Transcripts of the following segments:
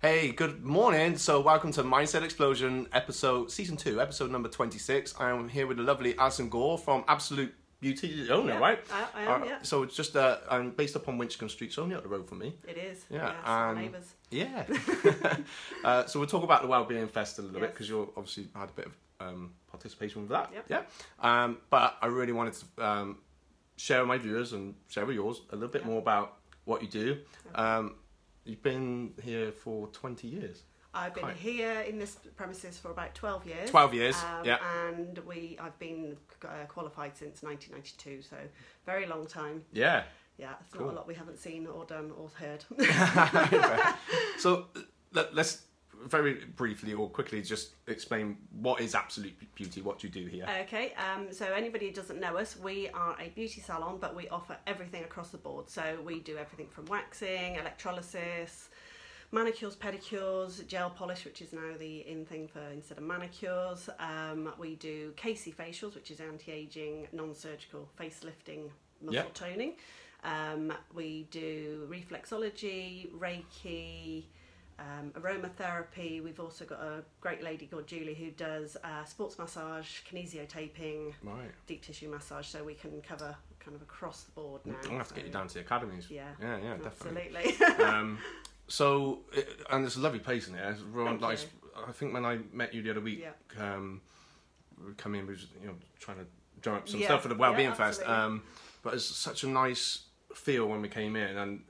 Hey, good morning. So, welcome to Mindset Explosion, episode season two, episode number twenty-six. I am here with the lovely Alison Gore from Absolute Beauty owner, Yeah, right? I- I am, Uh, yeah. So it's just uh, I'm based up on Winchcombe Street, so only up the road from me. It is. Yeah, so um, neighbours. Yeah. uh, so we'll talk about the Wellbeing Fest a little bit Yes. because you obviously had a bit of um, participation with that. Yep. Yeah. Um, but I really wanted to um, share with my viewers and share with yours a little bit Yeah. more about what you do. Um, you've been here for 20 years. I've been quite- here in this premises for about 12 years. Um, 12 years, yeah. And we, I've been uh, qualified since 1992, so very long time. Yeah. Yeah, it's Cool. not a lot we haven't seen or done or heard. so let, us very briefly or quickly just explain what is Absolute Beauty, what do you do here? Okay, um, so anybody who doesn't know us, we are a beauty salon, but we offer everything across the board. So we do everything from waxing, electrolysis, manicures, pedicures, gel polish, which is now the in thing for instead of manicures. Um, we do Casey facials, which is anti aging, non surgical facelifting, muscle Yeah. toning. Um, we do reflexology, Reiki, um, aromatherapy. We've also got a great lady called Julie who does uh, sports massage, kinesio taping, right. deep tissue massage, so we can cover kind of across the board I'm now. going to Mm, have to so- get you down to the academies. Yeah, Yeah, yeah, definitely. absolutely. um, so, it, and it's a lovely place in there. It's real Thank nice. I think when I met you the other week, um, we come in, we was you know trying to drum up some Yeah, stuff for the Wellbeing yeah, Fest. absolutely. Um, but it's such a nice feel when we came in. And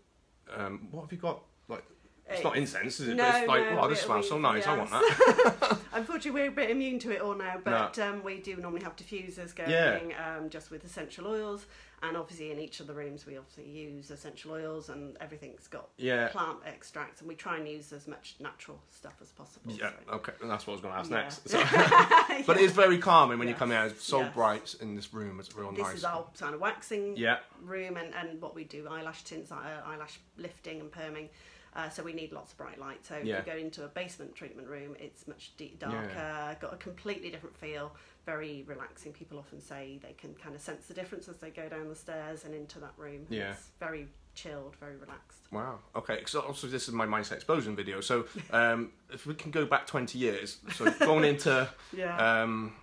um, what have you got? Like, it's not incense, is it? but Uh, no, it's like, no, wow, this we- smells we- so nice. I yeah, want that. Unfortunately, we're a bit immune to it all now, but um, we do normally have diffusers going um, just with essential oils, and obviously in each of the rooms we obviously use essential oils, and everything's got Yeah. plant extracts, and we try and use as much natural stuff as possible. Yeah, so- okay, and that's what I was going to ask Yeah. next. So- but it is very calming when you Yes, come in. It's so yes. bright in this room. It's real This nice. is our kind of waxing Yeah. room and, and what we do eyelash tints, eye- eyelash lifting and perming. Uh, so we need lots of bright light. So Yeah. if you go into a basement treatment room, it's much deep, darker, got a completely different feel, very relaxing. People often say they can kind of sense the difference as they go down the stairs and into that room. Yeah. It's very chilled, very relaxed. Wow. Okay. So also, this is my mindset explosion video. So um, if we can go back twenty years, so going into Yeah. um,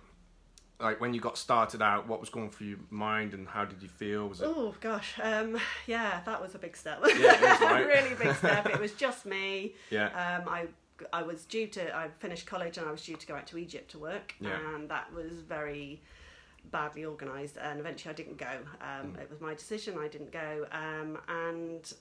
like when you got started out, what was going through your mind and how did you feel? Was it? Oh gosh, um, yeah, that was a big step. Yeah, it was, right? really big step. It was just me. Yeah. Um, I I was due to I finished college and I was due to go out to Egypt to work, Yeah. and that was very badly organised. And eventually, I didn't go. Um, Mm. It was my decision. I didn't go, um, and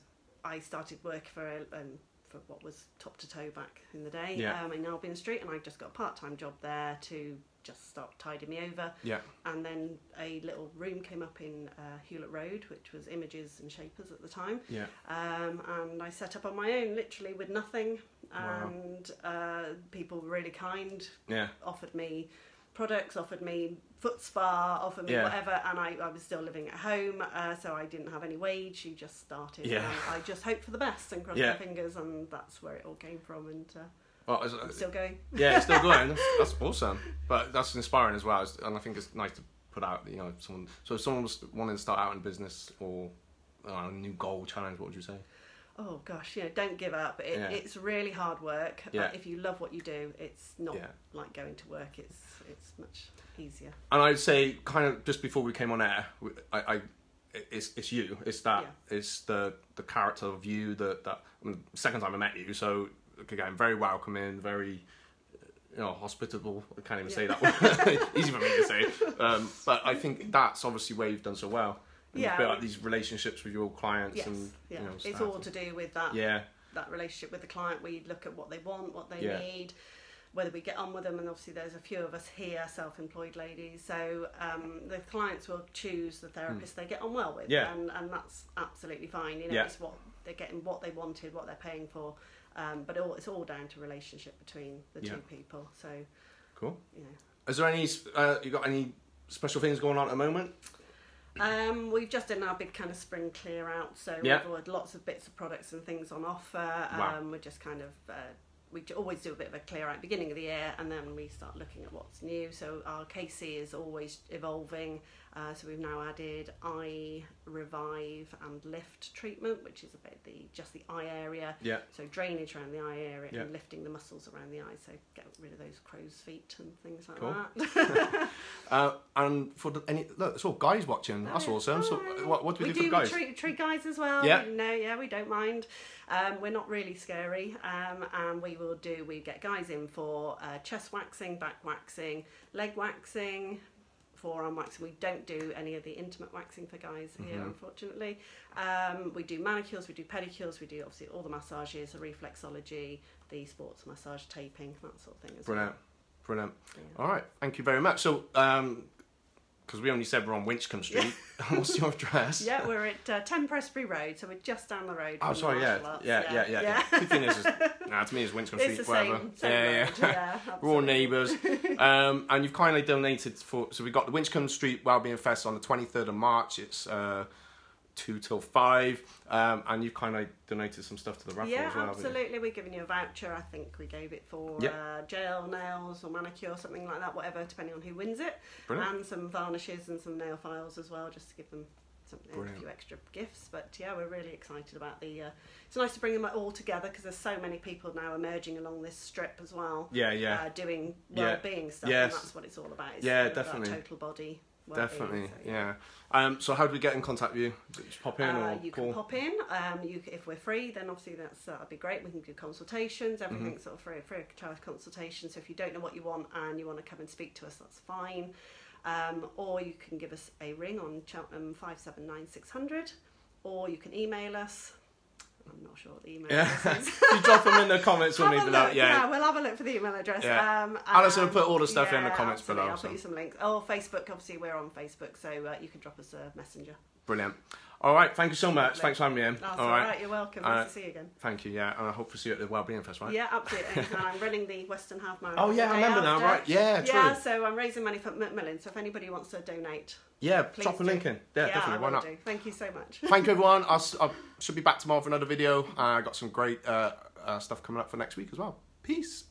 I started work for um, for what was top to toe back in the day Yeah. um, in Albion Street, and I just got a part time job there to just start tidying me over Yeah. and then a little room came up in uh, Hewlett Road, which was Images and Shapers at the time. Yeah. Um, and I set up on my own, literally with nothing. Wow. And uh, people were really kind, Yeah. offered me products, offered me foot spa, offered me Yeah. whatever. And I, I was still living at home, uh, so I didn't have any wage. You just started. Yeah. And I just hoped for the best and crossed Yeah. my fingers, and that's where it all came from. And uh, Well, it's- I'm still going. yeah, it's still going. That's, that's awesome. But that's inspiring as well, It's- and I think it's nice to put out. You know, someone. So if someone was wanting to start out in business or uh, a new goal challenge, what would you say? oh gosh, you know, don't give up. It, Yeah. It's really hard work. Uh, Yeah. If you love what you do, it's not Yeah. like going to work. It's it's much easier. and I'd say kind of just before we came on air, we- I, I it's it's you, it's that, it's the the character of you that that I mean, second time I met you, so again very welcoming, very you know hospitable. I can't even say that word. easy for me to say, um, but I think that's obviously where you've done so well. And Yeah. you've built up these relationships with your clients Yes, and yeah. you know it's staff. all to do with that yeah that relationship with the client. We look at what they want, what they Yeah. need, whether we get on with them. And obviously, there's a few of us here, self-employed ladies. So um, the clients will choose the therapist they get on well with, Hmm. Yeah. and and that's absolutely fine. You know, Yeah. it's what they're getting, what they wanted, what they're paying for. Um, but all, it's all down to relationship between the Yeah. two people. So cool. you know. Is there any uh, you got any special things going on at the moment? Um, we've just done our big kind of spring clear out, so Yeah. we've had lots of bits of products and things on offer. Um, Wow. We're just kind of uh, we j- always do a bit of a clear out beginning of the year, and then we start looking at what's new. So our KC is always evolving. Uh, so we've now added eye revive and lift treatment, which is about the just the eye area. Yeah. So drainage around the eye area Yeah. and lifting the muscles around the eye. So get rid of those crow's feet and things like Cool. that. Uh, and for the, any look, it's all guys Oh, watching. That's awesome. So uh, Hi. what, what do we, do, we for guys? Treat, treat guys as well. Yeah. No, yeah, we don't mind. Um, we're not really scary, um, and we will do. We get guys in for uh, chest waxing, back waxing, leg waxing, forearm waxing. We don't do any of the intimate waxing for guys here, Mm-hmm. unfortunately. Um, we do manicures, we do pedicures, we do obviously all the massages, the reflexology, the sports massage, taping, that sort of thing as Brilliant, well. brilliant. All right, thank you very much. So, um 'cause because we only said we're on Winchcombe Street, what's your address? Yeah, we're at uh, 10 Presbury Road, so we're just down the road. Oh, from sorry, yeah, martial arts, yeah, yeah, yeah, yeah. Good thing is, is nah, to me, it's Winchcombe Street, It's the whatever. same, same yeah, road, yeah. yeah, We're all absolutely. neighbours, um, and you've kindly donated for. So we got the Winchcombe Street Wellbeing Fest on the 23rd of March. It's uh, two till five, um, and you've kindly donated some stuff to the raffle Yeah, as well. haven't you? absolutely. We're giving you a voucher. I think we gave it for Yep. uh, gel, nails, or manicure, something like that, whatever, depending on who wins it. Brilliant. And some varnishes and some nail files as well, just to give them something, Brilliant. a few extra gifts. But yeah, we're really excited about the. Uh, it's nice to bring them all together because there's so many people now emerging along this strip as well. Yeah, yeah. Uh, doing Yeah. well-being stuff, Yes. and that's what it's all about. It's Yeah, all about definitely. total body. well-being, Definitely, so, yeah. Um, so how do we get in contact with you? Just pop in Uh, or you call? can pop in. Um, you, c- if we're free, then obviously that's uh, that'd be great. We can do consultations. Mm-hmm. Everything's sort of free, free of charge consultation. So if you don't know what you want and you want to come and speak to us, that's fine. Um, or you can give us a ring on Cheltenham five seven nine six hundred, or you can email us. I'm not sure what the email Yeah. address is. you drop them in the comments, we'll Have a leave look, it out. Yeah. we'll have a look for the email address. Yeah. Um, Alison and- will put all the stuff in the yeah, comments absolutely. below, I'll so. put you some links. Oh, Facebook. Obviously, we're on Facebook, so uh, you can drop us a messenger. Brilliant. All right, thank you so much. Lovely. Thanks for having me in. That's all all right. right. You're welcome. All nice right. to see you again. Thank you, yeah. And I hope to see you at the Wellbeing Fest, right? Yeah, absolutely. and I'm running the Western Half Marathon. Oh, yeah, the I day remember now, after. right. Yeah, true. Yeah, so I'm raising money for Macmillan. So if anybody wants to donate, Yeah, please drop a do. link in. Yeah, I definitely. Why will not? Do. Thank you so much. Thank you, everyone. I'll, s- I should be back tomorrow for another video. Uh, I got some great uh, uh, stuff coming up for next week as well. Peace.